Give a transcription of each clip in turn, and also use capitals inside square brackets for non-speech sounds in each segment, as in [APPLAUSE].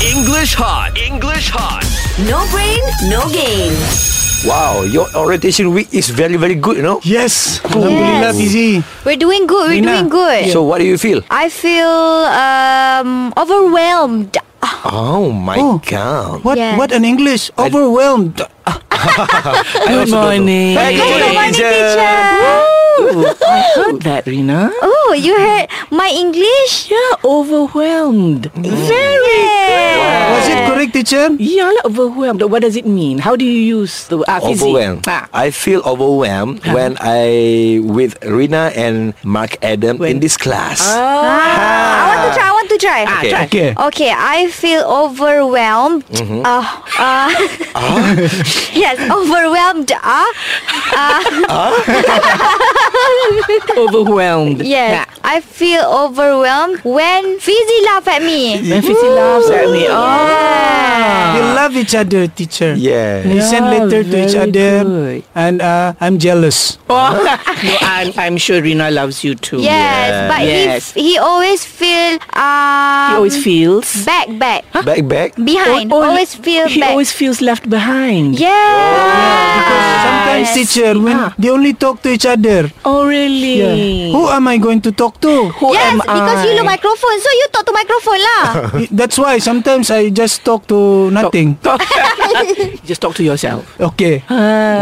English hot. English hot. No brain, no game. Wow, your orientation week is very, very good, you know? Yes. Alhamdulillah, Yes. Fizi. We're doing good. We're Rina. doing good. So, what do you feel? I feel um, overwhelmed. Oh, my Oh. God. What Yeah. what an English overwhelmed. Good morning. Good morning, teacher. I heard that, Rina. Oh, you heard my English? Yeah, overwhelmed. Very. Yeah. Was it correct, teacher? Yeah, like overwhelmed. What does it mean? How do you use the ah, Fizi? Overwhelmed. Ah. I feel overwhelmed when I with Rina and Mark Adam in When- this class. Uh, Ah. I want Ah. to try. I want to try. Okay. Try. Okay. Okay. I feel overwhelmed. Mm-hmm. Uh, uh, Ah? [LAUGHS] yes, overwhelmed. Uh, Overwhelmed. yes, I feel overwhelmed when Fizzy laugh at me. When Fizi laughs at me. Oh. They love each other, teacher. Yeah. They send Yeah, letter to each very other, good. and uh, I'm jealous. oh. no, I'm, I'm sure Rina loves you too. Yes, but Yes. he he always feel um He always feels. back back Back, back. behind. Oh, oh, always feel He back. always Oh, feels left behind. yeah. Sometimes, teacher, when Ah. they only talk to each other, Oh, really? who am I going to talk [LAUGHS] to? Who yes, am because I? you look microphone, so you talk to microphone lah. [LAUGHS] That's why sometimes I just talk to nothing. Just talk to yourself. Okay. Uh,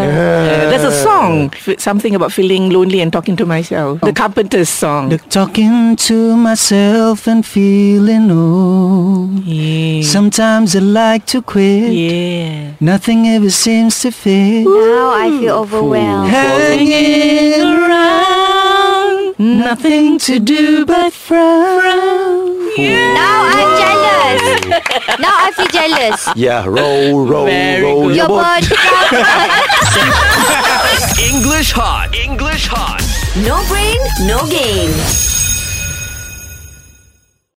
there's a song, f- something about feeling lonely and talking to myself. The Carpenter's song. The talking to myself and feeling old. yeah. Sometimes I like to quit. yeah. Nothing ever seems to fit. now I feel overwhelmed. Hanging Around. nothing to do but frown. Now I'm jealous. now I feel jealous. Yeah, roll, roll, Very roll good. your Your boat. [LAUGHS] boat. English hot. English hot. No brain, no game.